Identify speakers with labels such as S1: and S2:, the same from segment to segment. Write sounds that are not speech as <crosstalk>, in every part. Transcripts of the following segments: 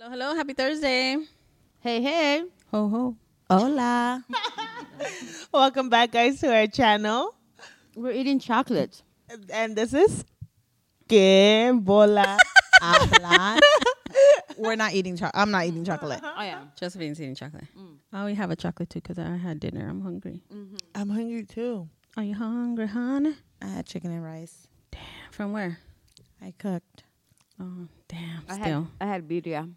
S1: Hello, hello, happy Thursday.
S2: Hey, hey.
S1: Ho, ho.
S2: Hola.
S3: Welcome back, guys, to our channel.
S2: We're eating chocolate.
S3: And this is Que Bola.
S4: Hablar. <laughs> We're not eating chocolate. I'm not eating chocolate.
S2: I am.
S1: Josephine's eating chocolate. Mm. I only have a chocolate too because I had dinner. I'm hungry.
S3: <laughs> I'm hungry too.
S1: Are you hungry, honey?
S4: I had chicken and rice.
S1: From where?
S4: I cooked.
S1: Oh, damn.
S2: I had,
S1: still.
S2: I had birria.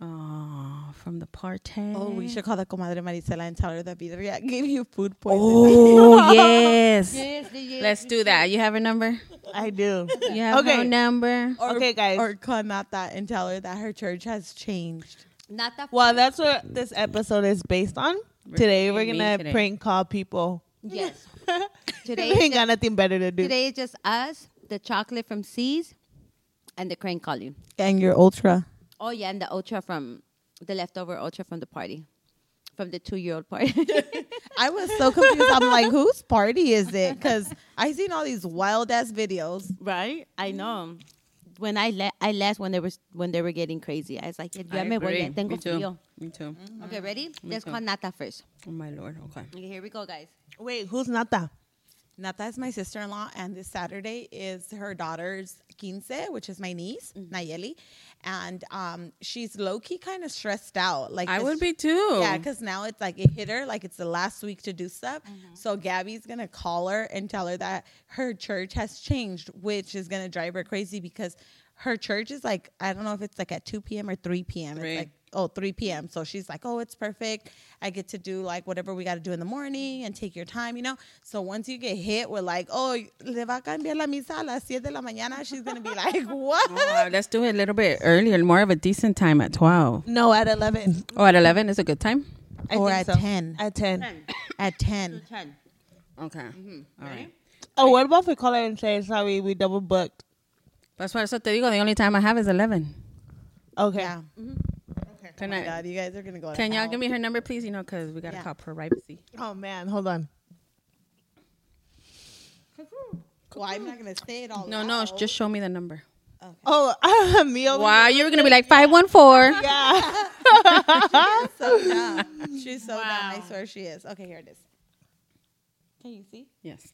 S1: Oh, from the party.
S4: Oh, we should call the comadre Maricela and tell her that Vidria <laughs> gave you food poisoning.
S1: Oh, yes.
S2: Yes,
S1: <laughs>
S2: yes.
S1: Let's do that. You have her number?
S3: I do.
S1: You have
S3: Okay.
S1: her number?
S3: okay, guys.
S4: <laughs> Or call not that and tell her that her church has changed.
S2: Not that.
S3: well, that's what this episode is based on. Today, we're
S1: being mean
S3: gonna
S1: today.
S3: prank call people.
S2: <laughs> Yes.
S3: They
S2: Today,
S3: <laughs> ain't
S2: is
S3: got
S2: just,
S3: nothing better to do.
S2: today is just us, the chocolate from C's, and the crane collie.
S4: And your ultra.
S2: Oh yeah, and the ultra from the leftover ultra from the party, from the two-year-old party. <laughs>
S4: I was so confused. I'm like, whose party is it? Because I seen all these wild ass videos.
S2: right? I know. When I le- I left when they were when they were getting crazy, I was like, "Ya
S1: I
S2: me voy, ya
S1: agree.
S2: tengo
S1: Me too.
S2: frío."
S1: Me too.
S2: Okay, ready? Let's
S1: too.
S2: call Nata first.
S1: Oh, my Lord. <laughs> Okay.
S2: Okay, here we go, guys.
S3: Wait, who's Nata?
S4: Nata is my sister in law, and this Saturday is her daughter's quince, which is my niece,
S1: Mm-hmm.
S4: Nayeli. And um, she's low key kind of stressed out. Like
S1: I
S4: this-
S1: would be too.
S4: Yeah, because now it's like it hit her like it's the last week to do stuff.
S1: Mm-hmm.
S4: So Gabby's gonna call her and tell her that her church has changed, which is gonna drive her crazy because her church is like I don't know if it's like at two p.m. or three p.m.
S1: Three.
S4: It's like oh 3 p.m. So she's like, oh, it's perfect. I get to do like whatever we got to do in the morning and take your time, you know. So once you get hit with like, oh, le va a cambiar la misa a las siete de la mañana, she's gonna be like, <laughs> what?
S1: Oh, let's do it a little bit earlier, more of a decent time at 12.
S3: No, at eleven.
S1: Oh, at 11 is a good time?
S3: I
S4: Or
S3: think
S4: at
S3: so.
S4: 10.
S3: At ten.
S4: At ten.
S2: Ten.
S1: Okay. All right.
S3: Oh, what about if we call her and say sorry? We double booked.
S1: That's why, so te digo, the only time I have is 11.
S3: Okay.
S4: Yeah.
S1: Can
S4: Oh my
S1: I-
S4: God, you guys are gonna go. to
S1: Can y'all
S4: hell.
S1: give me her number, please? You know, because we got to
S4: Yeah.
S1: call privacy.
S3: Oh man, hold on.
S4: Well, I'm not gonna say it all.
S1: No, no,
S4: loud. <laughs>
S1: just show me the number.
S3: Oh, <laughs> me over.
S1: Wow, you were going to be like 514.
S3: Yeah.
S1: <laughs>
S4: so dumb. She's so dumb. I swear she is. Okay, here it is. Can you see?
S1: Yes.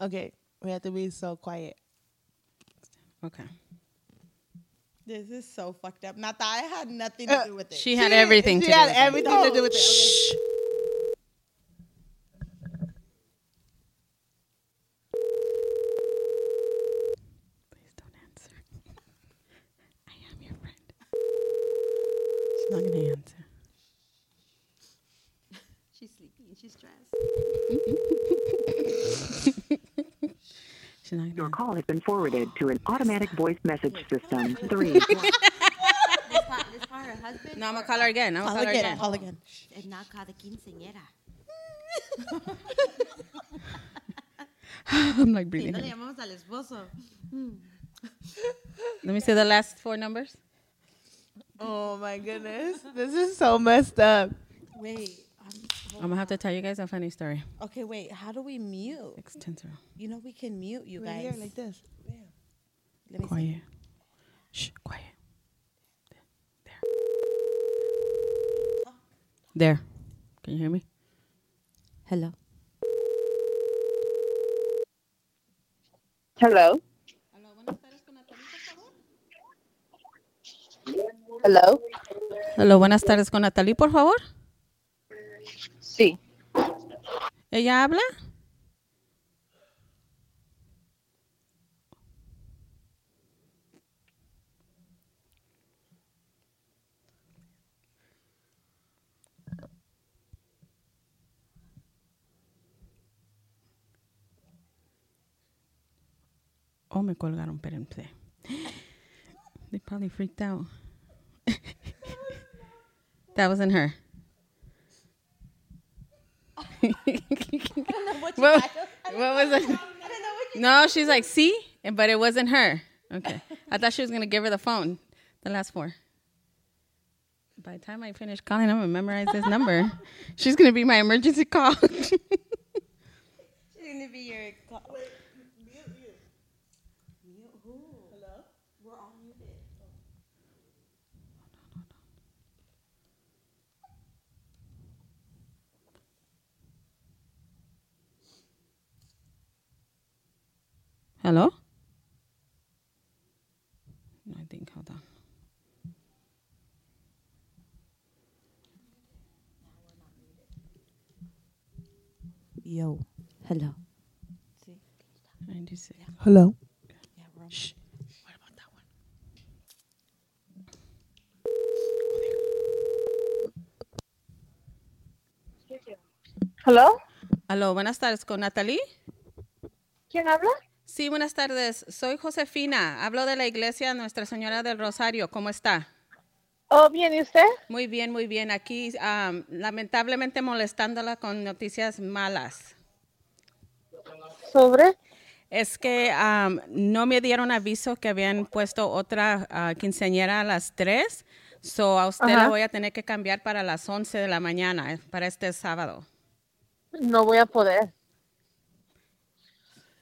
S3: okay, we have to be so quiet.
S1: Okay.
S4: This is so fucked up. Not that I had nothing to do with it.
S1: Uh, She had everything
S3: She
S1: to
S3: had
S1: do with it. Oh,
S3: everything to do with it.
S1: Please don't answer. I am your friend.
S4: She's not gonna answer.
S2: She's sleepy. and She's <laughs> stressed.
S1: She's not
S5: Your
S1: going to.
S5: call has been forwarded to an automatic voice message system. Three.
S2: Let's call, let's call her husband.
S1: No, I'm going to call her again. I'm going
S4: Call
S1: to call her
S4: again.
S1: again.
S4: <laughs> Call again. Shh.
S2: And not call the quinceañera.
S1: I'm like
S2: Si no
S1: breathing.
S2: le llamamos al esposo.
S1: Let me see the last four numbers.
S3: Oh my goodness, this is so messed up.
S4: Wait. um,
S1: I'm going to have to tell you guys a funny story.
S4: Okay, wait. How do we mute?
S1: 610.
S4: You know we can mute you guys.
S3: this.
S4: Let me see.
S1: Quiet. Shh, quiet. There. There. Can you hear me?
S2: Hello.
S6: Hello. Hello.
S1: Hello, buenas tardes con Natalie, por favor.
S6: Sí.
S1: ¿Ella habla? Oh, me colgaron, espérense. They probably freaked out. that wasn't her. what, what was it? No, she's like, see? And- But it wasn't her. Okay. I thought she was going to give her the phone, the last four. By the time I finish calling, I'm going to memorize this <laughs> number. She's going to be my emergency call. <laughs>
S4: She's gonna be your call. Wait, mute you. Mute who? Hello. We're all muted.
S1: Hello? I think, hold on.
S2: Yo. Hello.
S1: 96.
S3: <laughs> Hello.
S6: Hello.
S1: Aló, buenas tardes con Natalie.
S6: ¿Quién habla?
S1: Sí, buenas tardes. Soy Josefina. Hablo de la iglesia Nuestra Señora del Rosario. ¿Cómo está?
S6: Oh, bien, ¿y usted?
S1: Muy bien, muy bien. Aquí, am, lamentablemente, molestándola con noticias malas.
S6: ¿Sobre?
S1: Es que am, no me dieron aviso que habían puesto otra ah, quinceañera a las 3. So, a usted la
S6: Ajá.
S1: voy a tener que cambiar para las 11 de la mañana, eh, para este sábado.
S6: No voy a poder.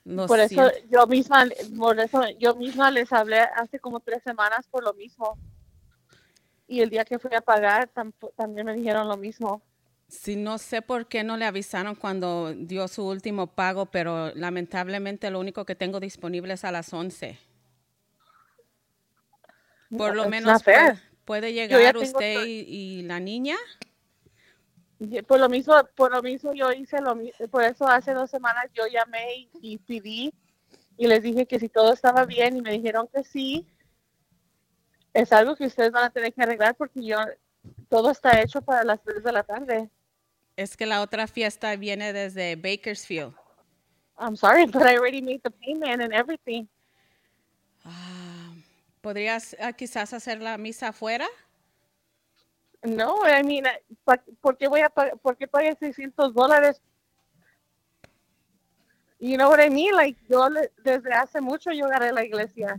S1: Lo
S6: por eso
S1: siento.
S6: yo misma, por eso yo misma les hablé hace como tres semanas por lo mismo. Y el día que fui a pagar tampo- también me dijeron lo mismo.
S1: Sí, no sé por qué no le avisaron cuando dio su último pago, pero lamentablemente lo único que tengo disponible es a las 11. Por
S6: No,
S1: lo
S6: it's
S1: menos
S6: not fair.
S1: puede, puede
S6: ya
S1: llegar
S6: tengo
S1: usted
S6: todo.
S1: y, y la niña.
S6: Y Por lo mismo, por lo mismo yo hice lo mi- por eso hace dos semanas yo llamé y, y pedí y les dije que si todo estaba bien y me dijeron que sí. Es algo que ustedes van a tener que arreglar porque yo todo está hecho para las 3 de la tarde.
S1: Es que la otra fiesta viene desde Bakersfield.
S6: I'm sorry, <laughs> but I already made the payment and everything.
S1: Ah, ¿Podrías ah, quizás hacer la misa afuera?
S6: No, I mean, pa- ¿por qué voy a pag- por qué pagué 600 dólares? You know what I mean? Like, yo le- desde hace mucho yo agarré la iglesia.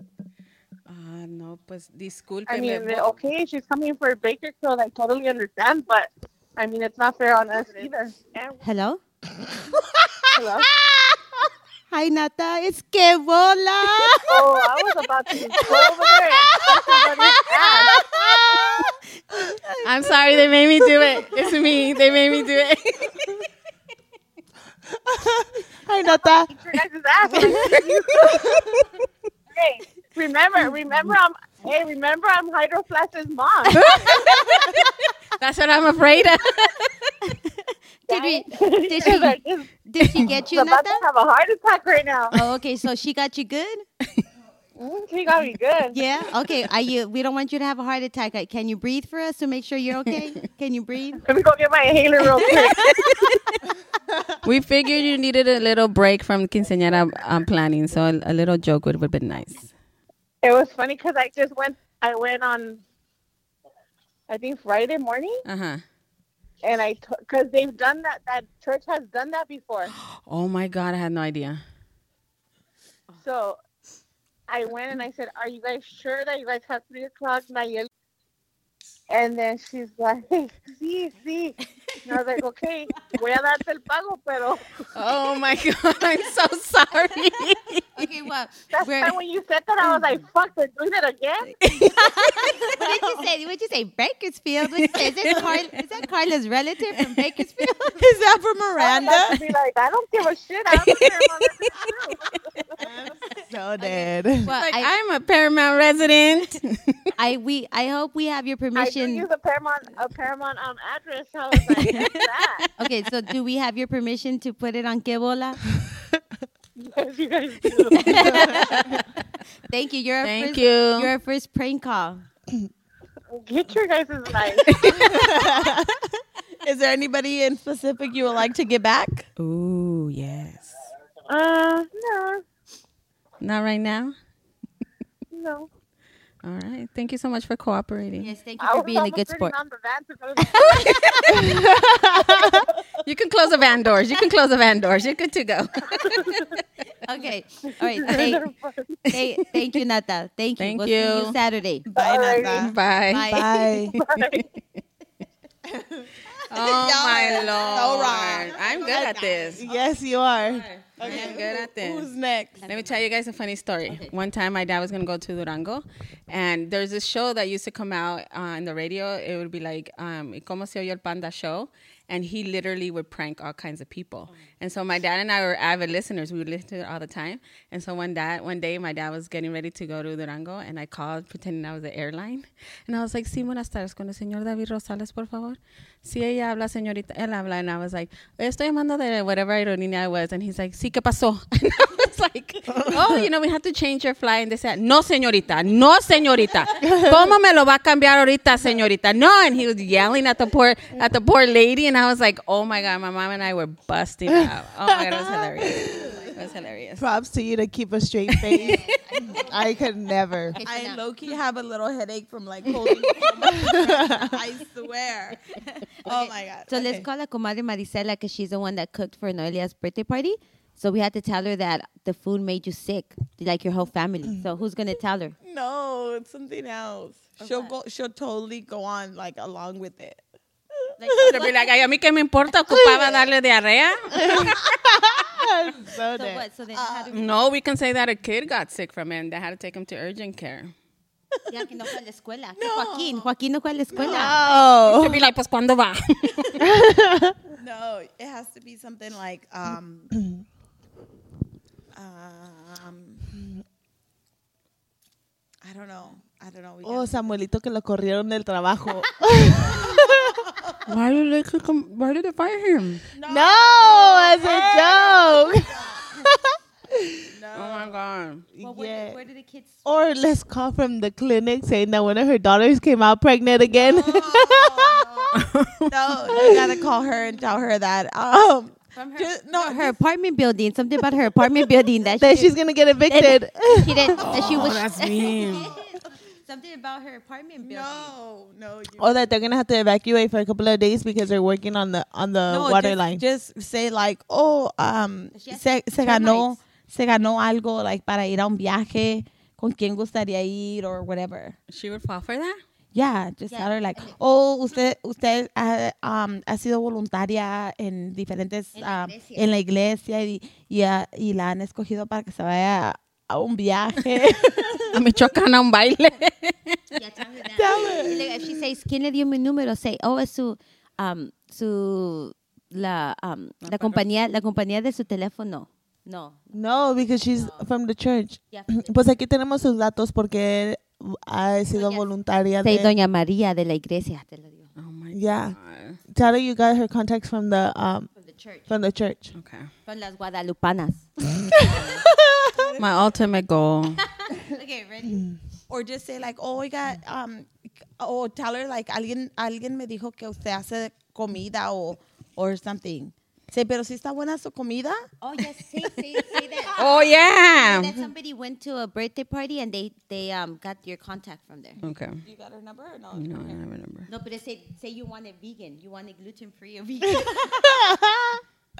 S1: Ah, no, pues
S6: I
S1: discúlpeme.
S6: mean,
S1: bo-
S6: okay, she's coming for a baker so I totally understand, but I mean, it's not fair on us either.
S2: Hello.
S6: Hello?
S2: Hi, Nata. It's
S3: <laughs>
S2: Kevola.
S6: Oh, I was about to go over there and punch somebody's ass.
S1: I'm sorry, they made me do it. It's me. They made me do it. <laughs>
S2: Hi, Nata.
S6: Your guys' ass. hey, remember, remember, I'm hey, remember, I'm Hydroplast's mom.
S1: That's what I'm afraid of.
S2: Did, we, did,
S6: She's
S2: she,
S6: like, "This
S2: did she get <laughs>
S6: is
S2: you,
S6: about
S2: Nata?
S6: to have a heart attack right now. <laughs>
S2: Oh, okay. So she got you good?
S6: Mm, She got me good.
S2: Yeah. <laughs> Okay. Are you? We don't want you to have a heart attack. Uh, Can you breathe for us to make sure you're <laughs> okay? Can you breathe?
S6: Let me go get my inhaler real quick.
S1: we figured you needed a little break from quinceañera um, planning, so a, a little joke would have been nice.
S6: it was funny because I just went, I went on, I think Friday morning.
S1: Uh huh.
S6: and I because they've done that. That church has done that before.
S1: Oh my God, I had no idea.
S6: So I went and I said, "Are you guys sure that you guys have three o'clock, Nayeli?" And then she's like, <laughs> "Sí, sí." And I was like, "Okay, voy a darte el pago, pero <laughs>
S1: Oh my <laughs> God, I'm so sorry. <laughs>
S2: Okay. <laughs> Well,
S6: that's
S2: we're,
S6: why when you said that, I was like, fuck, they're doing it again."
S2: <laughs> what did you say? What did you say? Bakersfield. What did you say? Is, this Carl, is that Carla's relative from Bakersfield?
S3: <laughs>
S2: <laughs>
S3: Is that for
S6: I would like
S3: Miranda?
S6: to be like, I don't give a shit. I don't care about that.
S3: <laughs> so dead.
S2: Well,
S1: like,
S2: I,
S1: I'm a Paramount resident.
S2: I, we, I hope we have your
S6: I do
S2: <laughs>
S6: use
S2: permission.
S6: a Paramount, a Paramount um, address. So I was like,
S2: <laughs>
S6: "What's that?"
S2: Okay. So do we have your permission to put it on Kevola?
S6: Yes, you guys do.
S2: Thank you. You're
S1: <laughs>
S2: our
S1: Thank
S2: first,
S1: you.
S2: You're our first prank call.
S6: Get your guys' life.
S3: Is there anybody in specific you would like to get back?
S1: Ooh, yes.
S6: Uh, no,
S1: Not right now.
S6: no.
S1: All right. Thank you so much for cooperating.
S2: Yes. Thank you
S6: I
S2: for
S6: was
S2: being a
S6: almost
S2: good
S6: turning
S2: sport.
S6: on the van to
S2: <laughs>
S6: go to-
S1: You can close the van doors. You can close the van doors. You're good to go. <laughs>
S2: Okay. All right. Thank, thank, thank you, Nata. Thank you.
S1: Thank
S2: we'll see
S1: you.
S2: you Saturday.
S3: Bye, Nata.
S1: Bye.
S2: Bye.
S3: Bye.
S1: Oh my lord.
S3: wrong.
S1: I'm good at this.
S3: <laughs> yes, you are.
S1: I'm good at this.
S3: Who's next?
S1: Let me tell you guys a funny story. One time, my dad was gonna go to Durango, and there's uh, this show that used to come out on the radio. It would be like, um, "Cómo se oye el panda show," and he literally would prank all kinds of people. And so my dad and I were avid listeners; we would listen to it all the time. And so one dad, one day, my dad was getting ready to go to Durango, and I called pretending I was the airline, and I was like, "Sí, buenas tardes, con el señor David Rosales, por favor." Sí, ella habla, señorita, él habla, and I was like, "Estoy llamando de whatever aerolínea I was," and he's like, "Sí, qué pasó?" <laughs> And I was like, "Oh, you know, we have to change your flight." And they said, "No, señorita, no, señorita, cómo me lo va a cambiar ahorita, señorita?" No, and he was yelling at the poor at the poor lady, and I was like, "Oh my god, my mom and I were busting out." Oh my god, it was hilarious. It was hilarious.
S3: Props to you to keep a straight face. I could never.
S2: It's
S4: I
S2: not-
S4: low key have a little headache
S3: <laughs>
S4: from like holding. so much pressure. I
S2: <laughs>
S4: swear. Oh my god.
S2: So let's
S4: Okay.
S2: call la comadre Marisela because she's the one that cooked for Noelia's birthday party. So we had to tell her that the food made you sick, like your whole
S1: Mm.
S2: family. So who's gonna tell her?
S4: No, it's something else. She'll go. She'll totally go on like along with it.
S1: They'll be like, "Ay, a mí qué me importa, ocupaba darle diarrea."
S3: So
S2: So
S3: dead.
S2: what? So then how do
S1: No, we can say that a kid got sick from it and they had to take him to urgent care.
S2: ya que no fue a la escuela? Que Joaquín, Joaquín no fue a la escuela.
S1: To be like, pues cuando va.
S4: No, it has to be something like um <clears throat> um I don't know. I don't know. We
S3: Oh,
S4: gotta-
S3: Samuelito que lo corrieron del trabajo.
S1: <laughs>
S3: <laughs>
S1: why did they kick him? Why did they fire him?
S3: no, as a joke.
S1: Oh my god.
S2: Well, where,
S3: Yeah.
S2: where do the kids?
S3: Or let's call from the clinic saying that one of her daughters came out pregnant again.
S4: no, you gotta call her and tell her that. Um,
S2: From her,
S4: just- no,
S2: her apartment building. Something about her apartment building that
S3: <laughs> that
S2: she,
S3: she's gonna
S2: <laughs>
S3: get evicted.
S2: she did. That she was.
S1: Oh, mean.
S2: <laughs> something about her apartment building.
S4: no, no.
S3: <laughs>
S4: You,
S3: or that they're gonna have to evacuate for a couple of days because they're working on the on the
S4: no,
S3: water
S4: just,
S3: line.
S4: Just say like, oh, um,
S2: She has
S4: se, se
S2: termites.
S4: ganó, se ganó algo like para ir a un viaje. Con quién gustaría ir or whatever.
S1: She would fall for that? <laughs>
S4: Yeah, just tell her like, oh, usted, usted ha, um, ha sido voluntaria en diferentes,
S2: En la
S4: um,
S2: iglesia.
S4: en la iglesia y, y, ah, y la han escogido para que se vaya a un viaje.
S1: A Michoacán a un baile.
S2: Yeah, tell her that. Y luego, if she says, ¿quién le dio mi número? Say, oh, es su, um, su, la, um, la compañía, la compañía de su teléfono. No.
S3: no, because she's from the church.
S2: Yeah.
S3: <clears throat> Pues aquí tenemos sus datos porque ha sido voluntaria.
S2: Say,
S3: de-
S2: Doña María de la iglesia, te lo digo.
S1: Oh my
S3: yeah,
S1: god.
S3: tell her you got her contacts from the um
S2: From the church.
S3: from the church.
S1: Okay.
S2: From las guadalupanas.
S1: My ultimate goal.
S2: okay, ready?
S4: <laughs> or just say like, oh, oiga, um, o tell her like, alguien, alguien me dijo que usted hace comida o, or something. Say, pero si está buena su comida.
S2: Oh, yes, say, say, <laughs> say that.
S1: Oh
S2: Say
S1: yeah.
S2: that somebody went to a birthday party and they, they um, got your contact from there.
S1: Okay.
S4: You got her number or
S1: No, I don't remember.
S2: No, but say, say you want it vegan. You want it gluten free <laughs> or vegan.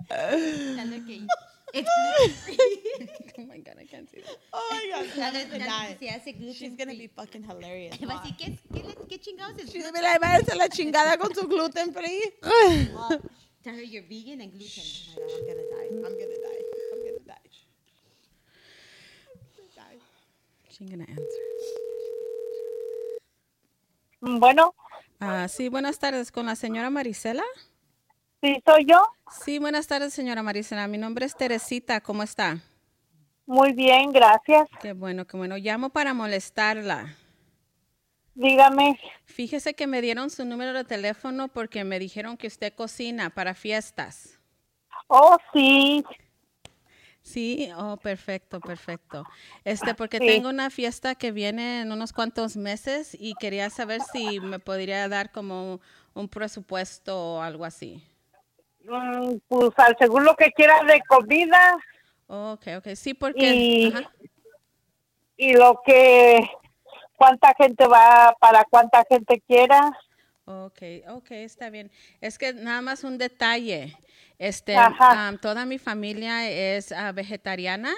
S2: Tell her que it's gluten <laughs> free.
S1: Oh my god, I can't see that.
S4: Oh my god,
S2: Tell her that se hace gluten
S4: she's gonna be fucking hilarious.
S2: Va a decir, ¿qué, es- qué, le- qué chingados es
S4: She's
S2: gluten?
S4: gonna be like, váyase a la chingada con su gluten free.
S2: Tell her you're vegan and gluten.
S4: I'm gonna die. I'm gonna die. I'm gonna die.
S1: She ain't gonna answer.
S6: Bueno,
S1: Ah, sí, buenas tardes con la señora Marisela.
S6: sí, soy yo.
S1: Sí, buenas tardes, señora Marisela. Mi nombre es Teresita. ¿Cómo está?
S6: Muy bien, gracias.
S1: Qué bueno, qué bueno. Llamo para molestarla.
S6: Dígame.
S1: Fíjese que me dieron su número de teléfono porque me dijeron que usted cocina para fiestas.
S6: Oh, sí.
S1: Sí, oh, perfecto, perfecto. Este, porque
S6: Sí.
S1: tengo una fiesta que viene en unos cuantos meses y quería saber si me podría dar como un presupuesto o algo así.
S6: Mm, pues al según lo que quiera de comida
S1: Ok, ok, sí, porque...
S6: y,
S1: ajá.
S6: y lo que cuánta gente va para cuánta gente quiera.
S1: Ok, ok, está bien. Es que nada más un detalle. Este,
S6: Ajá.
S1: am, toda mi familia es ah, vegetariana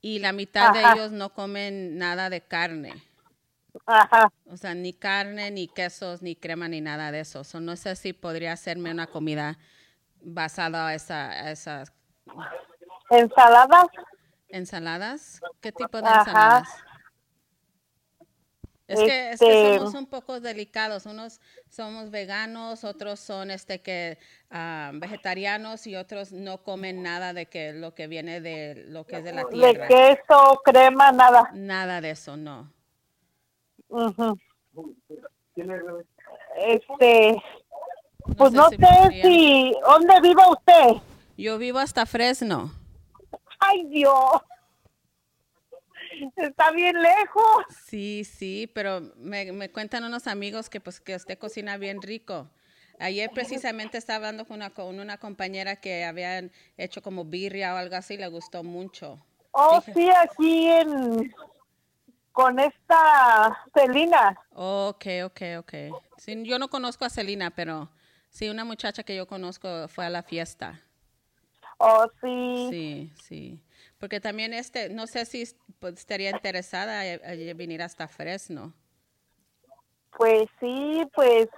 S1: y la mitad de
S6: Ajá.
S1: ellos no comen nada de carne.
S6: Ajá.
S1: O sea, ni carne, ni quesos, ni crema, ni nada de eso. So, no sé si podría hacerme una comida basada a, esa- a esas
S6: Ensaladas.
S1: ensaladas. ¿Qué tipo de
S6: Ajá.
S1: ensaladas? Es que, es que
S6: Este-
S1: somos un poco delicados. Unos somos veganos, otros son este que ah, vegetarianos y otros no comen nada de que lo que viene de lo que es de la
S6: De
S1: tierra.
S6: queso, crema, nada.
S1: Nada de eso, no.
S6: Ujú. Este, pues no,
S1: sé si
S6: sé
S1: podría-
S6: si, ¿dónde vive usted?
S1: Yo vivo hasta Fresno.
S6: Ay, Dios. Está bien lejos.
S1: Sí, sí, pero me, me cuentan unos amigos que pues que usted cocina bien rico. Ayer precisamente estaba hablando con una, con una compañera que habían hecho como birria o algo así y le gustó mucho.
S6: Oh, sí, aquí en con esta Celina.
S1: Ok, ok, ok. Sí, yo no conozco a Celina, pero sí, una muchacha que yo conozco fue a la fiesta.
S6: Oh, sí.
S1: Sí, sí. Porque también este, no sé si pues, estaría interesada en en venir hasta Fresno.
S6: Pues sí, pues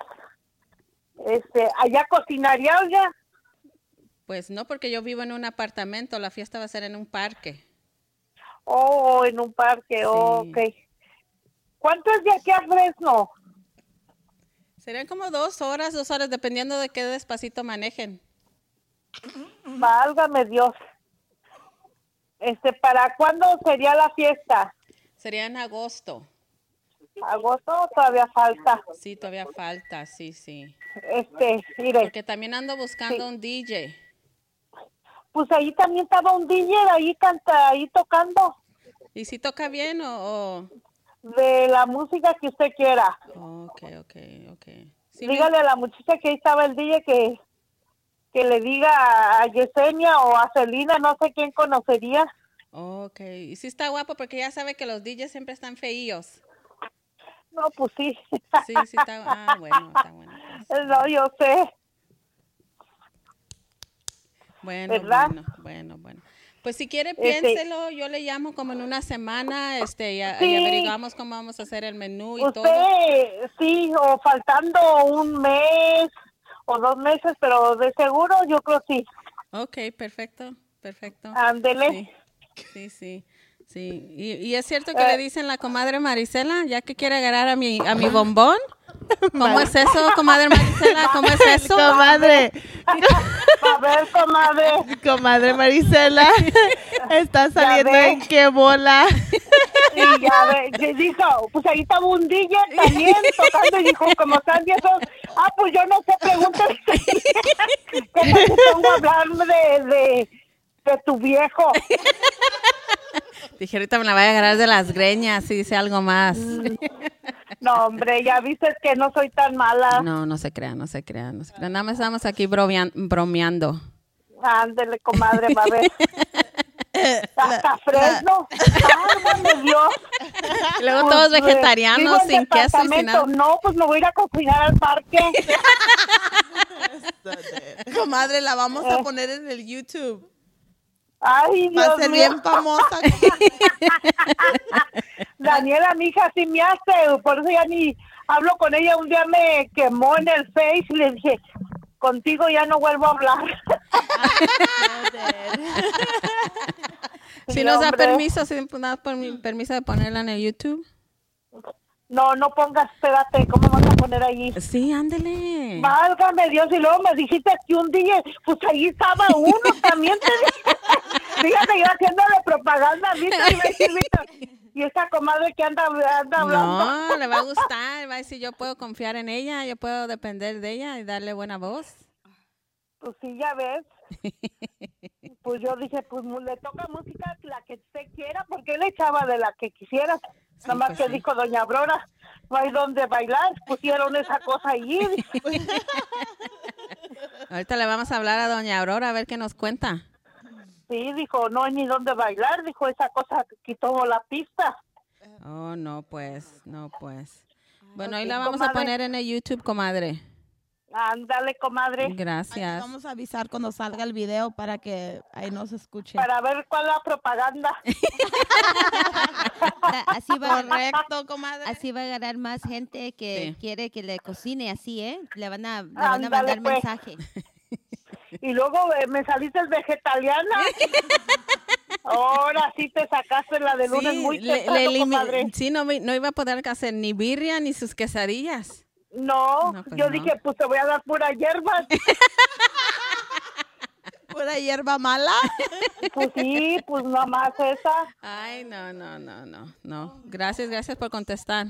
S6: este, allá cocinaría, oiga.
S1: Pues no, porque yo vivo en un apartamento, la fiesta va a ser en un parque.
S6: Oh, en un parque, oh, ok. ¿Cuánto es de aquí a Fresno?
S1: Serían como dos horas, dos horas, dependiendo de qué despacito manejen.
S6: Válgame Dios. Este, ¿para cuándo sería la fiesta?
S1: Sería en agosto.
S6: ¿Agosto o todavía falta?
S1: Sí, todavía falta, sí, sí.
S6: Este, mire,
S1: Porque también ando buscando un DJ.
S6: pues ahí también estaba un DJ ahí canta, ahí tocando
S1: ¿Y si toca bien o...?
S6: de la música que usted quiera.
S1: o- Ok, ok, ok. Sí, me-
S6: Dígale a la muchacha que ahí estaba el DJ que, que le diga a Yesenia o a Celina, no sé quién conocería.
S1: Ok, y sí está guapo porque ya sabe que los DJs siempre están feíos.
S6: No, pues sí. <laughs>
S1: Sí, sí está... Ah, bueno, está bueno. pues.
S6: No, yo sé.
S1: Bueno,
S6: ¿Verdad?
S1: bueno, bueno, bueno. Pues si quiere,
S6: Este-
S1: piénselo. Yo le llamo como en una semana este, y, a- y
S6: Sí.
S1: averiguamos cómo vamos a hacer el menú y todo.
S6: Usted, sí, o faltando un mes o dos meses, pero de seguro yo creo sí.
S1: Ok, perfecto, perfecto.
S6: Ándele.
S1: Sí, sí, sí. sí. Y, y es cierto
S6: Eh.
S1: que le dicen la comadre Marisela, ya que quiere agarrar a mi, a mi
S6: <laughs>
S1: bombón. ¿Cómo es eso, comadre Marisela? ¿Cómo es eso?
S3: Comadre,
S6: A ver, comadre.
S3: comadre <laughs> Marisela, está saliendo
S6: ve.
S3: en qué bola.
S6: Y ya ve, que dijo, pues ahí estaba un DJ también tocando y dijo, como están viejos, ah, pues yo no sé, <laughs> pregúntale. ¿Cómo te pongo a hablar de, de, de tu viejo?
S1: Dije, ahorita me la voy a agarrar de las greñas si dice algo más.
S6: No, hombre, ya viste que no soy tan mala.
S1: No, no se crean, no se crean, no se crean. Nada más estamos aquí bromean- bromeando.
S6: Ándele, comadre, va a
S1: <laughs>
S6: ver. Hasta Fresno. Válgame Dios.
S1: Y luego
S6: Pues,
S1: todos
S6: eh, vivo
S1: vegetarianos,
S6: en
S1: sin queso y sin nada.
S6: departamento. No, pues me voy a ir a cocinar al parque.
S4: Comadre, la vamos a poner en el YouTube.
S1: <laughs>
S6: Ay, Dios
S4: Va a ser
S6: mío.
S4: bien famosa. <laughs>
S6: Daniela, mi hija, sí me hace. Por eso ya ni hablo con ella. Un día me quemó en el Face y le dije, contigo ya no vuelvo a hablar. <laughs>
S1: Si nos da
S6: hombre.
S1: permiso, si nos da permi- permiso de ponerla en el YouTube.
S6: No, no pongas, espérate, ¿cómo vas a poner allí?
S1: Sí, ándele.
S6: Válgame Dios, y luego me dijiste que un día, pues ahí estaba uno también. Te
S1: <laughs>
S6: dije. Fíjate, yo haciéndole propaganda a mí, te iba a decir, Víctor, Y esta comadre que anda, anda hablando.
S1: No, le va a gustar. Va a decir, yo puedo confiar en ella, yo puedo depender de ella y darle buena voz.
S6: Pues sí,
S1: <laughs>
S6: ya ves. Pues yo dije, pues mu- le toca música la que usted quiera, porque él echaba de la que quisiera. Nada más
S1: pues
S6: que
S1: sí.
S6: dijo Doña Aurora, no hay donde bailar, pusieron esa cosa allí.
S1: <laughs> Ahorita le vamos a hablar a doña Aurora a ver qué nos cuenta.
S6: Sí, dijo, no hay ni donde bailar, dijo, esa cosa quitó la pista.
S1: Oh, no, pues, no, pues. Bueno, ahí la vamos a poner en el YouTube, comadre.
S6: Ándale, comadre,
S4: Ahí les
S1: Gracias.
S4: vamos a avisar cuando salga el video para que ahí nos escuchen.
S6: para ver cuál es la propaganda.
S1: <laughs>
S2: La- así, <laughs> va, a ganar-
S4: Correcto, comadre.
S2: así va a ganar más gente que
S1: Sí.
S2: quiere que le cocine así, ¿eh? Le van a, le van a
S6: Ándale,
S2: mandar
S6: pues.
S2: mensaje.
S1: <laughs>
S6: Y luego eh, me saliste el vegetariana. Ahora sí te sacaste la de lunes
S1: Sí,
S6: muy
S1: le-
S6: temprano,
S1: le elimi-
S6: compadre.
S1: sí, no, me- no iba a poder hacer ni birria ni sus quesadillas.
S6: No,
S1: No, pues
S6: yo
S1: no.
S6: dije, pues te voy a dar pura
S1: <laughs>
S6: hierba.
S4: ¿Pura hierba mala?
S6: Pues sí, pues nada más esa.
S1: Ay, no, no, no, no, no. Gracias, gracias por contestar.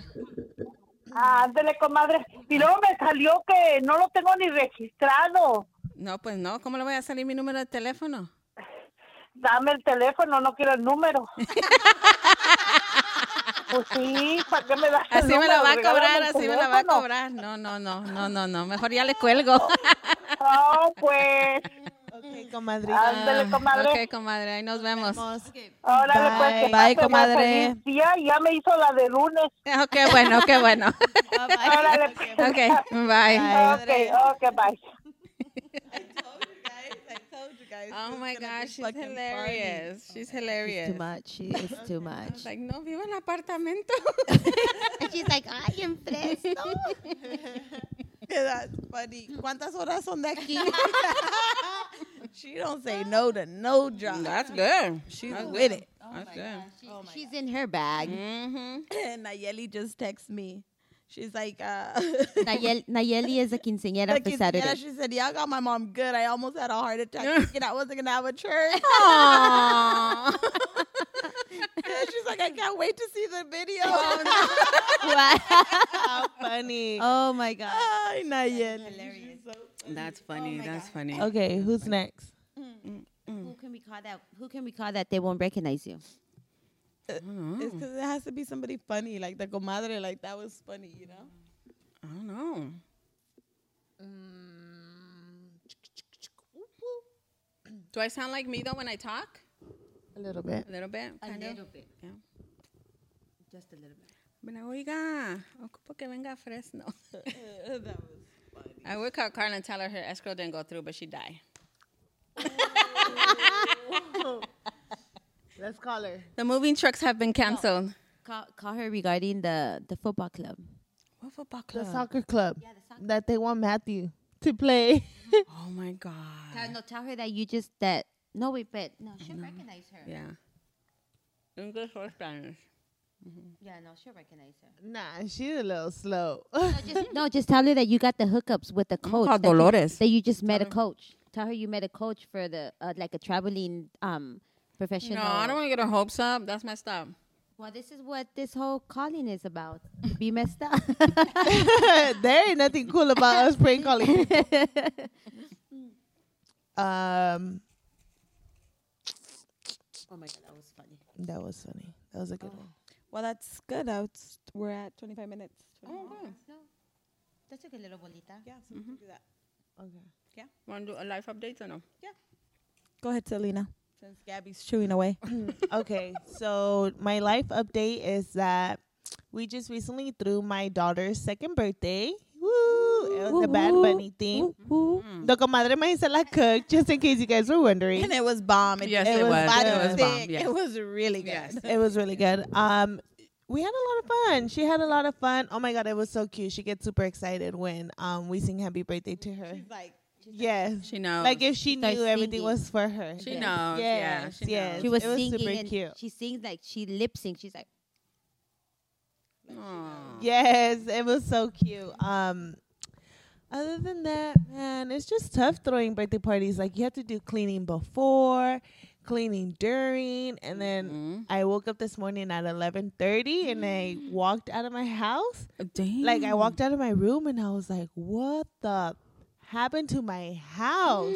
S6: Ándele, comadre. Y luego me salió que no lo tengo ni registrado.
S1: No, pues no, ¿cómo le voy a salir mi número de teléfono?
S6: Dame el teléfono, no quiero
S1: <laughs>
S6: el número. pues sí, ¿para qué me das el
S1: Así me la
S6: número?
S1: va a cobrar,
S6: Regálame el
S1: así me la va a
S6: teléfono.
S1: cobrar. No, no, no, no, no, no. Mejor ya le cuelgo.
S6: No, pues.
S3: Okay, comadre.
S6: Ándele, comadre.
S1: Ah, ok, comadre, ahí nos vemos.
S3: Ah.
S6: Órale,
S3: Bye.
S6: pues. que
S3: Bye,
S6: pase buen
S4: comadre.
S6: feliz Día, y ya me hizo la
S1: <laughs>
S6: de lunes.
S1: Ah, Qué bueno, qué <laughs> bueno.
S6: Órale, pues.
S1: Ok, bye.
S6: Ok, ok, bye.
S1: Oh my gosh, she's hilarious. She's
S2: Too
S1: hilarious.
S2: much. It's too much.
S1: Like, no, vivo en el apartamento.
S2: <laughs> And she's like, ay, en <laughs> fresno.
S4: That's funny. ¿Cuántas horas son de aquí? <laughs> she don't say no to no
S1: <laughs>
S4: job.
S1: That's good.
S4: She's
S1: That's
S4: with
S1: good.
S4: it.
S1: That's good.
S2: She's, she's in her bag.
S1: Mm-hmm.
S4: <laughs> Nayeli just texted me. She's like, uh, <laughs>
S2: Nayel, Nayeli is a quinceañera
S4: like,
S2: for
S4: yeah,
S2: <laughs> Saturday.
S4: she said, yeah, I got my mom good. I almost had a heart attack thinking I wasn't going to have a church. <laughs> And she's like, I can't wait to see the <laughs> video.
S3: How funny.
S2: <laughs> oh my God.
S4: Ay, Nayeli.
S1: That's funny. That's funny.
S3: Okay, who's next?
S2: Who can we call that? Who can we call that? They won't recognize you.
S1: Mm-hmm.
S4: It's because it has to be somebody funny, like the comadre, like that was funny, you know?
S1: I don't know. Do I sound like me though when I talk?
S3: A little bit.
S1: A little bit. kind of?
S2: bit.
S1: Yeah.
S2: Just a little bit.
S1: Bueno, oiga, ocupo que venga <laughs> Fresno. I would call Carla and tell her her escrow didn't go through, but she died.
S3: Let's call her.
S1: The moving trucks have been canceled.
S2: Call, call her regarding the, the football club.
S1: What football
S3: The
S1: club?
S3: Uh-huh. soccer club that they want Matthew to play.
S1: Oh my god.
S2: Tell, no, tell her that you just that. No, wait, but no, she'll recognize her.
S1: Yeah. English or Spanish?
S2: Yeah, no, she'll recognize her.
S3: <laughs> nah, she's a little slow. <laughs>
S2: No just, no, just tell her that you got the hookups with the coach.
S1: call
S2: that you-
S1: Dolores.
S2: That you just met a coach. Tell her you met a coach for the uh, like a traveling um professional.
S1: No, I don't want to get her hopes up. That's messed up.
S2: Well, this is what this whole calling is about. <laughs> to Be messed up.
S3: <laughs> there ain't nothing cool about us prank calling.
S2: <laughs>
S3: um,
S2: Oh my god, that was funny.
S3: that was funny. That was a good one.
S4: Well, that's good. I was- we're at 25 minutes.
S1: Oh,
S2: No, that's okay, little bolita.
S4: Yeah, so we can do that.
S3: Okay.
S1: Want to do a life update or no?
S4: Go ahead, Selena. Since Gabby's chewing away.
S2: Oh. <laughs>
S3: okay. So my life update is that we just recently threw my daughter's second birthday. Woo! It was a bad bunny theme. The comadre Marisela cooked, just in case you guys were wondering.
S4: <laughs> and it was bomb. It,
S1: Yes,
S4: it,
S1: it
S4: was.
S1: was.
S4: body
S3: It was
S1: bomb,
S4: sick.
S1: yeah.
S4: It was really good.
S1: Yes.
S3: it was really good. Um, we had a lot of fun. She had a lot of fun. Oh my god, it was so cute. She gets super excited when um we sing happy birthday to her.
S4: Like,
S3: Yes,
S1: She knows.
S3: like if she knew
S2: starts
S3: everything
S2: singing.
S3: was for her.
S1: She knows. yeah,
S3: Yes,
S1: she
S3: yes.
S2: She
S1: Knows.
S2: was
S3: It was
S2: singing
S3: super
S2: and
S3: cute.
S2: she sings like she lip syncs. She's like,
S1: Aw.
S3: Yes, it was so cute. Um, other than that, man, it's just tough throwing birthday parties. Like you have to do cleaning before, cleaning during, and then
S2: Mm-hmm.
S3: I woke up this morning at eleven thirty, and I walked out of my house.
S2: Uh,
S1: Damn.
S3: Like I walked out of my room and I was like, "What the happened to my
S2: <gasps>
S3: house?"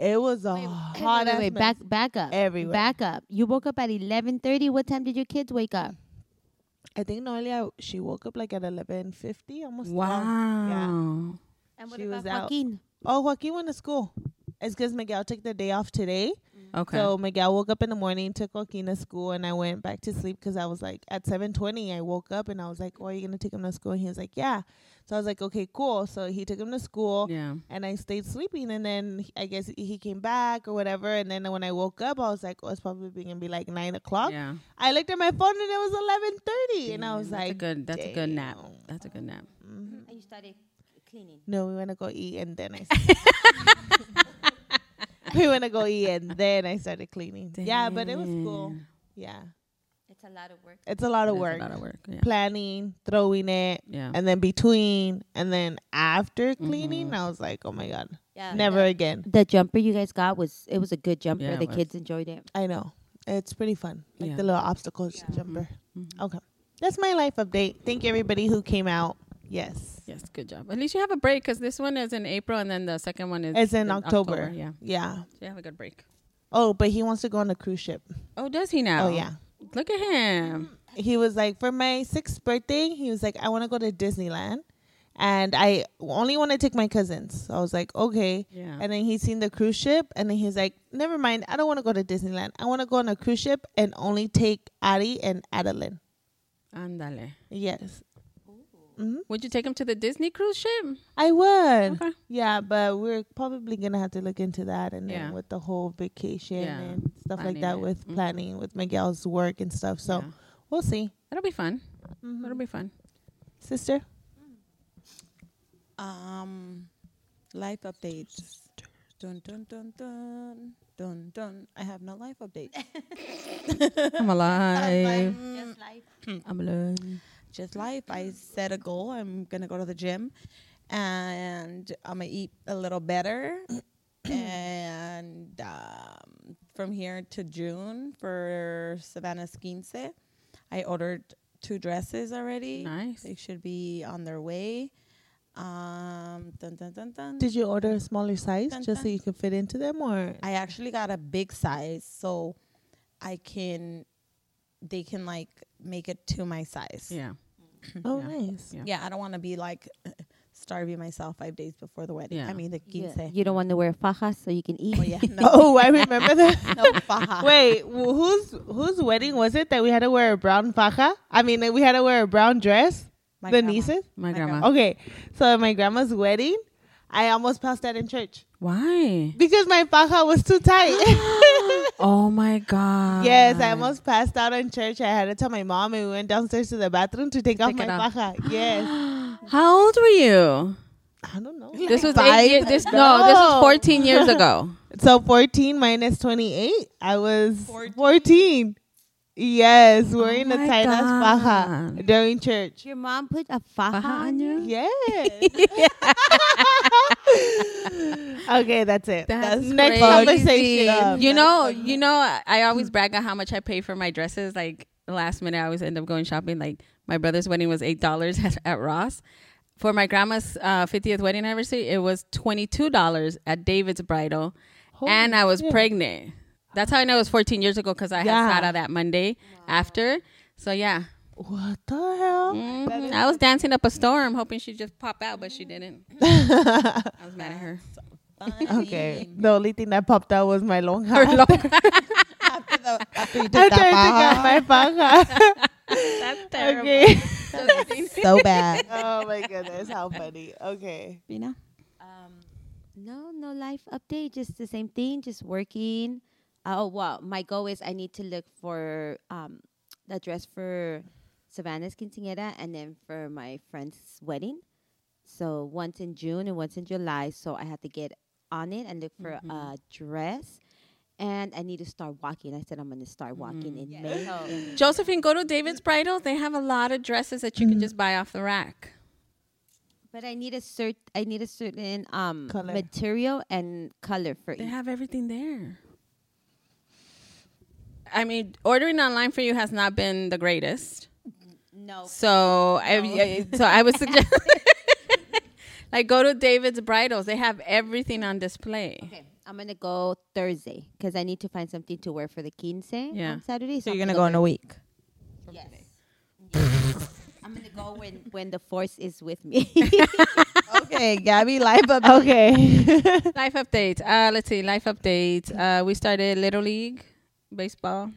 S3: it was a hot
S2: wait,
S3: ass
S2: wait, wait,
S3: mess.
S2: back, back up,
S3: everywhere.
S2: back up. You woke up at eleven thirty. What time did your kids wake up?
S3: I think Noelia she woke up like at eleven fifty, almost. Yeah.
S1: Wow.
S2: And
S3: She was out.
S2: Joaquin?
S3: Oh, Joaquin went to school. It's because Miguel took the day off today.
S1: Okay.
S3: So Miguel woke up in the morning, took Joaquin to school, and I went back to sleep because I was like at seven twenty. I woke up and I was like, "Oh, are you gonna take him to school?" And he was like, "Yeah." So I was like, "Okay, cool." So he took him to school.
S1: yeah.
S3: and I stayed sleeping. And then he- I guess he came back or whatever. And then when I woke up, I was like, oh, it's probably gonna be like nine o'clock.
S1: Yeah.
S3: I looked at my phone and it was eleven thirty, and I was
S1: That's a
S3: like,
S1: good. That's a good nap.
S3: "Damn."
S1: That's a good nap.
S2: And you started cleaning.
S1: <laughs>
S3: No, we want to go eat, and then I. <laughs> we went to go eat, and then I started cleaning. Yeah, but it was cool. Yeah,
S2: It's a lot of work.
S3: it's a lot of
S1: It's
S3: work.
S1: A lot of work. Yeah.
S3: Planning, throwing it,
S1: Yeah. Mm-hmm.
S3: and then between, and then after cleaning, I was like, oh my god,
S2: Yeah.
S3: never again.
S2: The jumper you guys got was it was a good jumper.
S1: Yeah, it
S2: the
S1: was.
S2: kids enjoyed it.
S3: I know it's pretty fun, like
S1: Yeah. Mm-hmm.
S3: the little obstacles jumper. Okay, that's my life update. Thank you everybody who came out. Yes,
S1: Yes, good job. At least you have a break because this one is in April and then the second one is
S3: it's in October.
S1: Yeah,
S3: yeah.
S1: so you have a good break.
S3: Oh, but he wants to go on a cruise ship.
S1: Oh, does he now?
S3: Oh yeah.
S1: Look at him.
S3: he was like for my sixth birthday he was like i want to go to disneyland and i only want to take my cousins so i was like okay
S1: Yeah.
S3: and then he seen the cruise ship and then he's like never mind i don't want to go to disneyland i want to go on a cruise ship and only take addie and adeline
S1: Ándale.
S3: yes Mm-hmm.
S1: Would you take him to the Disney cruise ship?
S3: i would
S1: Okay.
S3: yeah but we're probably gonna have to look into that and
S1: Yeah.
S3: then with the whole vacation
S1: Yeah.
S3: and stuff like
S1: Planning
S3: that
S1: it. Mm-hmm.
S3: with planning with miguel's work and stuff so
S1: Yeah.
S3: we'll see
S1: That'll be fun.
S3: Mm-hmm.
S1: That'll be
S3: <laughs>
S1: fun.
S3: sister
S4: Um, life updates. Dun dun dun dun dun dun. I have no life updates.
S1: I'm alive.
S2: Just life.
S1: I'm alive.
S4: Just life. I set a goal. I'm gonna go to the gym, and I'm gonna eat a little better. and um, from here to June for Savannah's quince, I ordered two dresses already.
S1: Nice.
S4: They should be on their way. Um, dun dun dun dun.
S3: Did you order a smaller size
S4: Dun,
S3: just so
S4: dun.
S3: you could fit into them, or
S4: I actually got a big size, so I can they can like make it to my size.
S1: Yeah.
S3: oh
S1: Yeah.
S3: nice,
S1: Yeah.
S4: Mm-hmm. Yeah, I don't want to be like <laughs> starving myself five days before the wedding.
S1: Yeah.
S4: I mean the quince.
S2: You don't want to wear fajas so you can eat.
S4: <laughs> Oh <laughs> yeah, no,
S3: Oh, I
S4: <laughs>
S3: remember that.
S4: no faja.
S3: Wait, wh- whose whose wedding was it that we had to wear a brown faja? I mean, that we had to wear a brown dress.
S4: My
S3: the
S4: grandma.
S3: nieces.
S1: My,
S4: My
S1: grandma.
S4: grandma.
S3: Okay, so at my grandma's wedding, I almost passed out in church
S1: Why?
S3: because my faja was too tight.
S4: Ah.
S1: Oh my god.
S3: <laughs> yes, I almost passed out in church. I had to tell my mom, and we went downstairs to the bathroom to take off
S1: Take
S3: my
S1: it off.
S3: faja. Yes, <gasps>
S1: How old were you?
S3: I
S1: <laughs>
S3: don't know.
S1: This was
S4: Five?
S1: eight years. This, no, this was
S3: No.
S1: 14 years ago.
S3: So 14 minus 28, I was 14. Yes, wearing
S1: my
S3: a tight ass faja
S1: God.
S3: during
S2: <laughs>
S3: church.
S2: Your mom put a faja, on you.
S3: Yes. <laughs> okay, that's it.
S1: That's
S3: next
S1: crazy.
S3: conversation.
S1: You know, you know, I- I always brag on how much I pay for my dresses. Like last minute, I always end up going shopping. Like my brother's wedding was eight dollars <laughs> at, at Ross. For my grandma's uh, fiftieth wedding anniversary, it was twenty two dollars at David's Bridal, and I was pregnant. That's how I know it was fourteen years ago because I
S3: Yeah.
S1: had Sara that Monday after. So yeah,
S3: What the hell?
S1: Mhm. I was dancing up a storm, hoping she'd just pop out, but she didn't. I was mad at her.
S3: Okay. The only thing that popped out was my long hair.
S1: Her long-
S4: <laughs>
S3: <laughs>
S4: After the- after you
S3: I
S4: took
S3: tried
S4: that
S3: to take out my faja.
S1: That's terrible.
S3: okay. <laughs>
S4: faja, so bad.
S3: oh my goodness, how funny. Okay.
S4: Rina? um,
S2: No, no life update. Just the same thing. Just working. Oh well, my goal is I need to look for um the dress for Savannah's quinceañera and then for my friend's wedding. So once in June and once in July. So I have to get on it and look for a dress. And I need to start walking. I said I'm gonna start walking in May.
S1: Oh. Josephine, go to David's Bridal. They have a lot of dresses that you can just buy off the rack.
S2: But I need a cert. I need a certain um
S3: Color.
S2: material and color for
S1: They
S2: each.
S1: have everything there. I mean, ordering online for you has not been the greatest.
S2: No.
S1: So I, I- so I would suggest <laughs> like go to David's Bridals. They have everything on display.
S2: Okay, I'm gonna go Thursday because I need to find something to wear for the 15
S1: Yeah.
S2: on Saturday.
S4: So
S2: I'm
S4: you're gonna go in a week.
S2: with- Yes. I'm gonna go when when the force is with me.
S4: Okay, Gabby, life up.
S3: Okay.
S1: Life update. Uh, let's see. Life update. Uh, we started Little League baseball.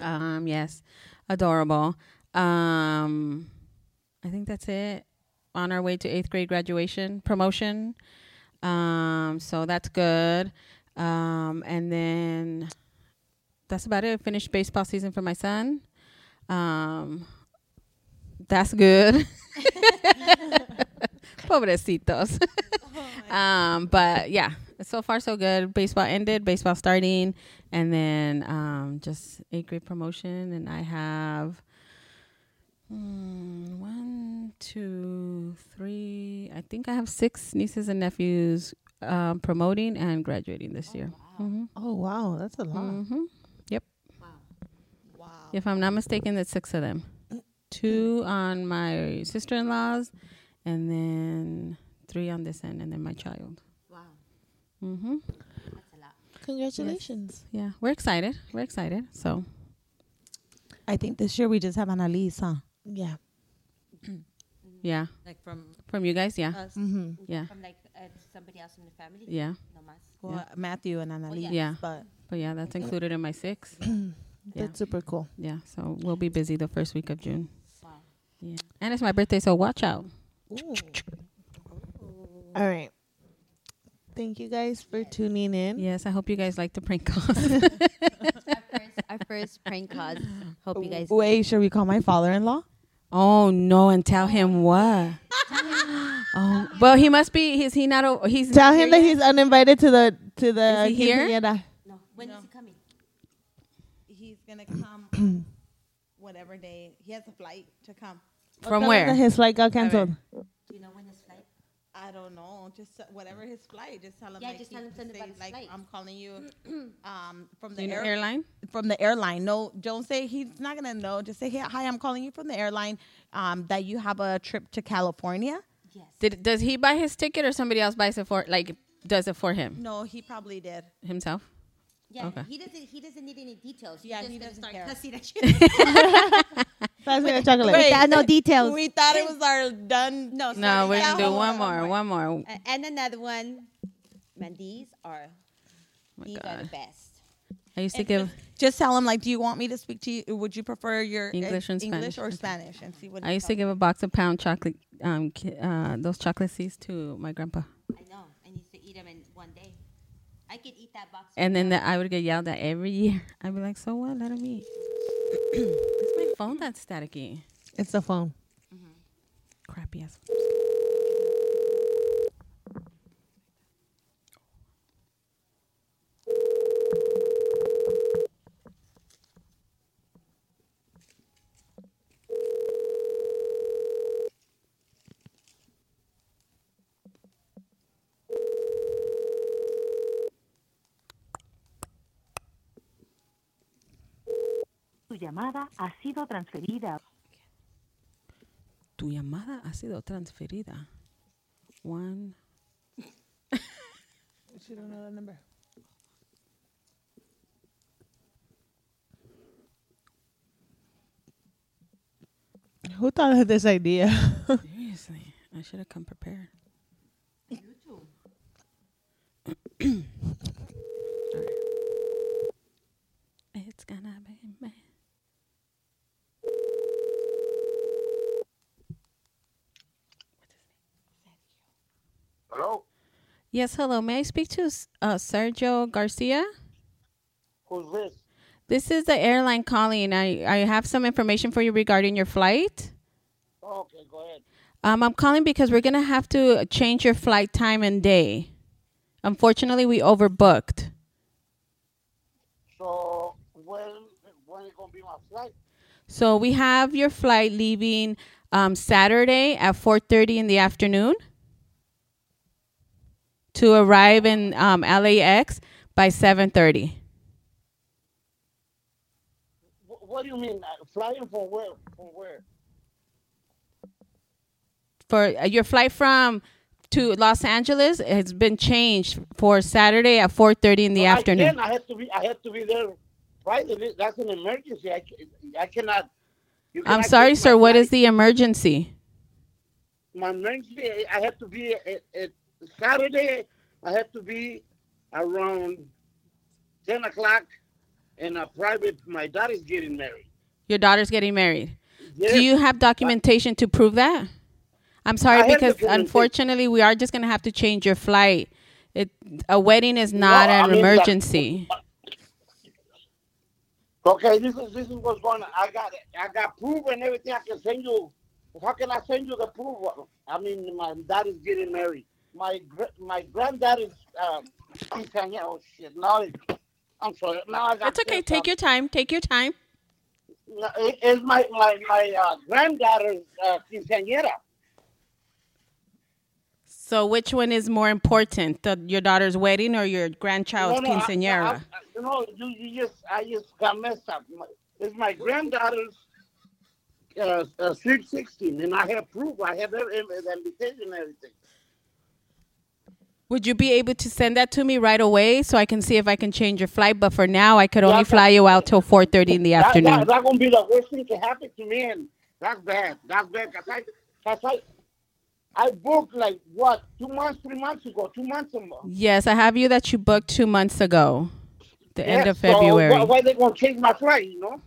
S1: Um, yes, adorable. Um, I think that's it. On our way to eighth grade graduation promotion. Um, so that's good. Um, and then that's about it. Finished baseball season for my son. Um, that's good. <laughs> <laughs> Pobrecitos. um, but yeah, it's so far so good. Baseball ended, baseball starting, and then um, just eighth grade promotion. And I have mm, one, two, three. I think I have six nieces and nephews um, promoting and graduating this year. Mhm.
S3: Oh wow, that's a lot.
S1: Mhm. Yep. If I'm not mistaken, that's six of them. Two on my sister in laws, and then three on this end, and then my child. Wow. Mm-hmm.
S3: Congratulations.
S1: Yeah, we're excited. We're excited. So,
S4: I think this year we just have Annalise, huh?
S3: Yeah.
S1: yeah,
S2: Like from
S1: from you guys, yeah,
S2: us,
S1: yeah,
S2: from like uh, somebody else from the family.
S1: yeah.
S2: No más.
S4: Well, Matthew and Annalise.
S1: Yeah.
S4: But
S1: But yeah, that's included in my six. Yeah.
S3: That's super cool.
S1: Yeah, so we'll be busy the first week of June. Yeah, and it's my birthday, so watch out.
S3: All right. Thank you guys for tuning in.
S1: Yes, I hope you guys like the prank calls. <laughs>
S2: <laughs> our first, our first prank cause. Hope you guys.
S3: Oh,
S4: wait, should we call my father-in-law?
S1: Oh no! And tell him what? oh well, he must be. Is he not? o- He's
S3: Tell
S1: not
S3: him that
S1: here
S3: he's uninvited to the to the
S1: Is he here?
S3: quinceañera.
S2: No. When is he coming?
S4: He's gonna <clears throat> come whatever day he has a flight to come.
S1: yet? from
S3: Tell him that
S1: where?
S3: His flight got canceled.
S2: Do you know when his flight?
S4: I don't know. Just uh, whatever his flight. Just tell him.
S2: Yeah,
S4: like,
S2: just
S4: he-
S2: tell him something
S4: say,
S2: about his
S4: like,
S2: flight.
S4: I'm
S2: <clears throat>
S4: calling you um, from the
S1: You know,
S4: air-
S1: airline.
S4: from the airline. No, don't say he's not gonna know. Just say, hey, hi, I'm calling you from the airline. Um, that you have a trip to California.
S1: Did does he buy his ticket or somebody else buys it for? Like does it for him
S4: No, he probably did.
S1: himself?
S2: Yeah,
S1: Okay.
S2: he doesn't. He doesn't need any details.
S4: Yeah,
S2: You're just
S4: he
S2: gonna
S4: doesn't
S2: start
S4: care.
S2: cussing <laughs> at shit.
S3: Pass me the chocolate.
S4: Wait.
S2: Without no details.
S4: We thought it was our done. No,
S1: No,
S4: sorry,
S1: we're gonna
S4: yeah,
S1: do
S4: hold
S1: one more, one more.
S2: <laughs>
S1: Oh
S2: Uh, and another one. Man, these are these are the
S1: God.
S2: best.
S1: I used to give.
S4: Just tell him like, do you want me to speak to you? Would you prefer your uh,
S1: English and
S4: English
S1: Spanish.
S4: or
S1: Okay.
S4: Spanish? And see what
S1: I
S4: he
S1: used to
S4: tells
S1: give a box of pound chocolate, um, ki- uh, those chocolate seeds to my grandpa,
S2: I know. I need to eat them in one day. I could eat that box.
S1: and then that I would get yelled at every year. <laughs> I'd be like, "So what? Let him eat." <clears throat> it's my phone that's staticky,
S3: It's the phone.
S1: crappy ass.
S5: Tu llamada ha sido transferida.
S1: Tu llamada ha sido transferida. One.
S3: She don't know the number. Who thought of this
S1: <laughs>
S3: idea?
S1: Seriously, I should have come prepared. <coughs> You too. It's gonna be me.
S7: Hello?
S1: Yes, hello. May I speak to S- uh, Sergio Garcia?
S7: Who's this?
S1: This is the airline calling. I, I have some information for you regarding your flight.
S7: Okay, go ahead.
S1: Um, I'm calling because we're gonna have to change your flight time and day. Unfortunately, we overbooked.
S7: So, when, when is going to be my flight?
S1: So we have your flight leaving um, Saturday at 4:30 in the afternoon to arrive in um, LAX by 7:30.
S7: Wh- what do you mean? uh, Flying from where? From where?
S1: For uh, your flight from to Los Angeles has been changed for Saturday at 4:30 in the
S7: Well,
S1: afternoon.
S7: Oh, I, can, I have to be. I have to be there. Friday. That's an emergency. I, ca- I cannot. you
S1: I'm
S7: cannot
S1: sorry,
S7: change my
S1: sir. What
S7: flight.
S1: is the emergency?
S7: my emergency? I- I have to be at, at Saturday. I have to be around ten o'clock, and a private. My daughter's getting married.
S1: Your daughter's getting married.
S7: Yes.
S1: Do you have documentation to prove that? I'm sorry
S7: I have
S1: because
S7: documentation.
S1: unfortunately we are just going to have to change your flight. It a wedding is not
S7: No, I
S1: an
S7: mean, like- oh
S1: emergency.
S7: Okay, this is this is what's going on. I got I got proof and everything. I can send you. How can I send you the proof? I mean, my dad is getting married.
S6: my gr- my granddad is um, he's hanging. Oh shit! Now it, I'm sorry. Now I got.
S1: That's okay.
S6: pissed
S1: Take
S6: off.
S1: your time. Take your time.
S6: No, it- It's my my my uh, granddaughter's uh, quinceañera.
S1: So, which one is more important, the, your daughter's wedding or your grandchild's
S6: I-
S1: quinceañera?
S6: I- I- you know, you, you just I just got messed up. My- It's my granddaughter's uh, uh, sweet sixteen, and I have proof. I have every, every- the invitation and everything.
S1: Would you be able to send that to me right away so I can see if I can change your flight? But for now, I could only
S6: Yeah,
S1: fly you out till 4:30 in the
S6: That-
S1: afternoon.
S6: That, that gonna be the worst thing to happen to me, and that's bad. That's bad. Cause I, cause I, I booked like what two months, three months ago, two months ago.
S1: Yes, I have you that you booked two months ago, the end of February.
S6: So why, why they gonna change my flight? You know.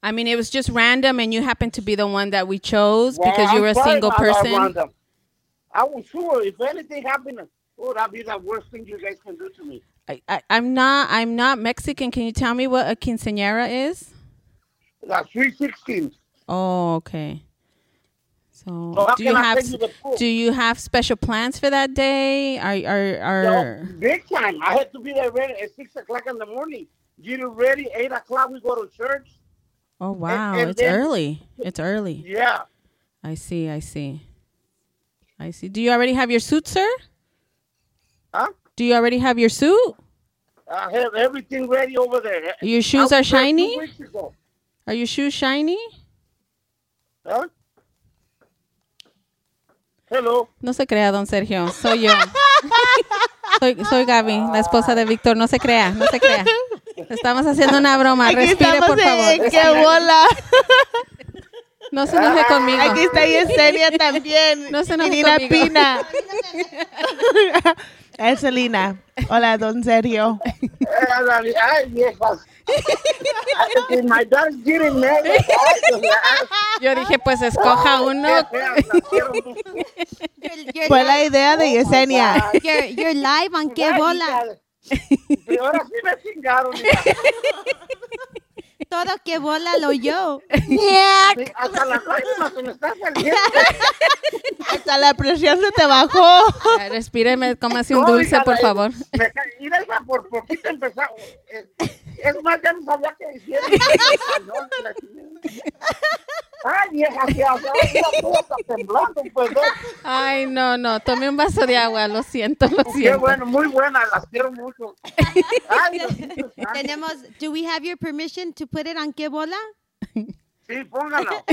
S1: I mean, it was just random, and you happened to be the one that we chose
S6: Well,
S1: because
S6: I'm
S1: you were a
S6: sorry
S1: single
S6: about that,
S1: person.
S6: Rhonda. I was sure if anything happened, oh, that'd be the worst thing you guys can do to me.
S1: I, I, I'm not. I'm not Mexican. Can you tell me what a quinceañera is?
S6: That's 316.
S1: Oh, okay. So,
S6: So how
S1: do
S6: can
S1: you
S6: I
S1: have
S6: send you the proof?
S1: do you have special plans for that day? Are are are?
S6: Yo, big time. I had to be there ready at 6 o'clock in the morning. Get it ready. 8 o'clock, we go to church.
S1: Oh wow,
S6: and
S1: it's
S6: then-
S1: early. It's early.
S6: Yeah.
S1: I see. I see. I see. Do you already have your suit, sir?
S6: Huh?
S1: Do you already have your suit?
S6: I have everything ready over there.
S1: Your
S6: I
S1: shoes
S6: was
S1: are
S6: there two
S1: shiny.
S6: weeks ago.
S1: Are your shoes shiny?
S6: Huh? Hello.
S1: No se crea, don Sergio. Soy yo. Soy, soy Gaby, la esposa de Víctor. No se crea, no se crea. Le Estamos haciendo una broma.
S3: Aquí
S1: Respire,
S3: estamos
S1: por
S3: en
S1: favor.
S3: ¡Qué bola!
S1: <laughs> No se enoje conmigo.
S3: Aquí está Yesenia también.
S1: No se enoje
S3: Irina
S1: conmigo. <laughs>
S3: Pina. Elselina. Hola, don Sergio.
S6: Eh, Ay,
S1: <laughs>
S6: ay, viejas. Ay, My dad's getting mad.
S1: Yo dije, pues escoja uno. <laughs>
S2: You're, you're
S3: Fue pues la
S2: live,
S3: idea de Yesenia.
S2: you're, you're live
S6: <laughs>
S2: on Que Bola.
S6: Pero ahora sí me chingaron. mira.
S2: Todo Que Bola lo yo.
S6: Sí, Hasta las lágrimas se me están
S1: <laughs>
S6: saliendo.
S3: <laughs> Hasta la presión se te
S2: <laughs>
S3: bajó.
S1: Ah, Respíreme, cómase un dulce,
S6: Oiga,
S1: por
S6: la-
S1: favor.
S6: me ca- Mira, esa por poquito empezaba. eh, Es más, ya no sabía qué
S1: <laughs>
S6: decir. Ay, vieja, que hasta ahora ya estoy hasta temblando, pues. ¿no?
S1: Ay, no, no. Tomé un vaso de agua. Lo siento, lo
S6: Pues Qué
S1: siento.
S6: bueno, muy buena, las quiero
S1: <laughs>
S6: mucho. Ay, Diosito santo.
S2: <laughs> Tenemos, do we have your permission to put it on Que Bola?
S6: sí,
S1: <laughs>
S6: póngalo.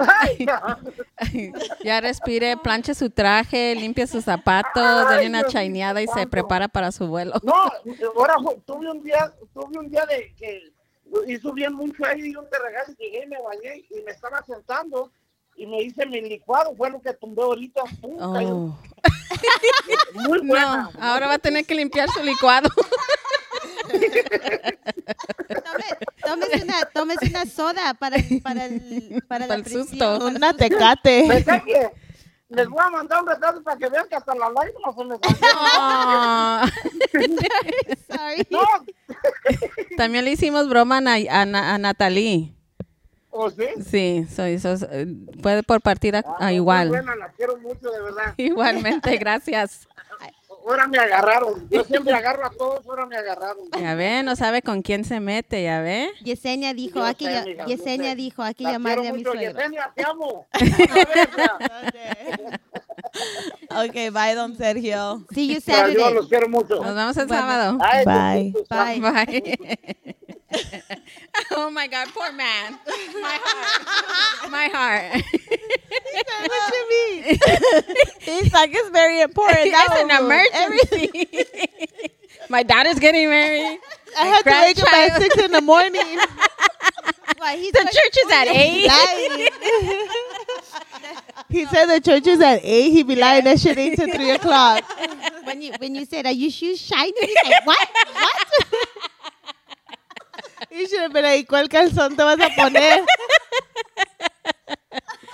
S6: Ay, no.
S1: Ya respire, planche su traje, limpia sus zapatos,
S6: Ay,
S1: dale una
S6: Dios
S1: chaineada y se
S6: santo.
S1: prepara para su vuelo.
S6: No, ahora fue- tuve un día, tuve un día de que hizo bien mucho ahí y un terregal y llegué y me bañé y me estaba sentando y me hice mi licuado, fue lo que tumbé ahorita. Puta,
S1: Oh.
S6: y- Muy
S1: No, ah.
S6: buena.
S1: ahora va a tener que limpiar su licuado.
S2: Tome- Tómese una, tómese una soda para, para el, para
S1: Para
S2: la
S1: el
S2: presión.
S1: susto.
S3: Una <laughs>
S6: Me
S3: tecate.
S6: sé que les voy a mandar un retrato para que vean que hasta las lágrimas se me
S1: <laughs>
S6: salieron.
S1: Ah.
S2: Sorry.
S6: No,
S1: <laughs>
S6: <laughs>
S1: También le hicimos broma a, Nay- a Na- a Natalie.
S6: o sí.
S1: Sí, so- so- so- puede por partida
S6: Ah,
S1: ah,
S6: muy
S1: igual.
S6: Buena, la quiero mucho, de verdad. <laughs>
S1: Igualmente, gracias.
S6: Ahora me agarraron. Yo siempre agarro a todos, ahora me agarraron.
S1: Ya ve, no sabe con quién se mete, ya ve.
S2: Yesenia dijo,
S6: Yo
S2: hay que,
S6: sé,
S2: lla-
S6: mija, yo
S2: Yesenia
S6: sé.
S2: dijo, hay que
S6: La quiero
S2: llamarle a mi
S6: mucho,
S2: suegro.
S6: Yesenia, te amo. Una vez, ya.
S4: Okay, bye, don Sergio.
S2: See you
S6: Yo
S2: Saturday.
S6: los quiero mucho.
S1: Nos vemos el sábado.
S6: Ay,
S3: Bye.
S6: Diosito santo.
S2: Bye.
S1: Bye. <laughs> oh my God, poor man. My heart. My <laughs> heart.
S3: He's like, it's very important. That
S1: That's an
S3: was-
S1: emergency. <laughs> my daughter's getting married.
S3: I had to wake up at
S1: grandchild.
S3: six in
S2: <laughs>
S3: the morning.
S2: Why, he's
S1: The
S2: going-
S1: church is at eight.
S3: lying. he said the church is at eight. He be lying that shit ain't till three o'clock.
S2: <laughs> when you when you said, "Are your shoes shiny?" He's like, what? What?
S3: <laughs> He should have been like, ¿cuál calzón te vas a poner?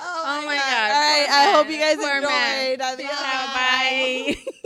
S1: Oh my God.
S4: All right, I hope you guys
S1: Oh Poor man.
S4: enjoyed. Adios.
S1: Bye.